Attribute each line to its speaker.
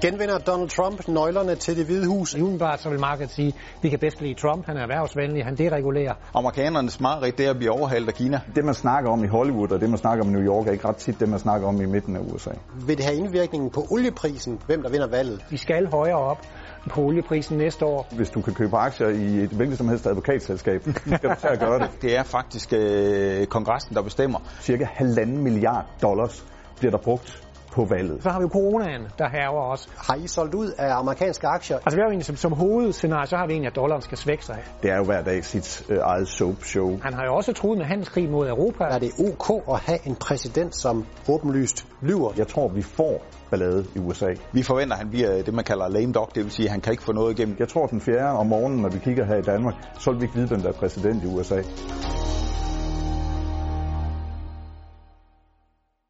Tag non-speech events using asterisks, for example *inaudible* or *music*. Speaker 1: Genvinder Donald Trump nøglerne til det hvide hus?
Speaker 2: Umiddelbart så vil markedet sige, vi kan bedst lide Trump, han er erhvervsvenlig, han deregulerer.
Speaker 3: Amerikanernes mareridt, det er at blive overhalet af Kina.
Speaker 4: Det, man snakker om i Hollywood og det, man snakker om i New York, er ikke ret tit det, man snakker om i midten af USA.
Speaker 1: Vil det have indvirkningen på olieprisen, hvem der vinder valget?
Speaker 2: Vi skal højere op på olieprisen næste år.
Speaker 4: Hvis du kan købe aktier i et hvilket som
Speaker 3: *laughs*
Speaker 4: helst advokatselskab, så skal du tage at gøre det.
Speaker 3: Det er faktisk øh, kongressen, der bestemmer.
Speaker 4: Cirka halvanden milliard dollars bliver der brugt på valget.
Speaker 2: Så har vi jo coronaen, der hærger os.
Speaker 1: Har I solgt ud af amerikanske aktier?
Speaker 2: Altså vi har jo egentlig som, som hovedscenarie, så har vi egentlig, at dollaren skal svække sig.
Speaker 4: Det er jo hver dag sit øh, eget soapshow.
Speaker 2: Han har jo også truet med handelskrig mod Europa.
Speaker 1: Er det ok at have en præsident, som åbenlyst lyver?
Speaker 4: Jeg tror, vi får ballade i USA.
Speaker 3: Vi forventer, at han bliver øh, det, man kalder lame dog, det vil sige, at han kan ikke få noget igennem.
Speaker 4: Jeg tror, den fjerde om morgenen, når vi kigger her i Danmark, så vil vi ikke vide, hvem der er præsident i USA.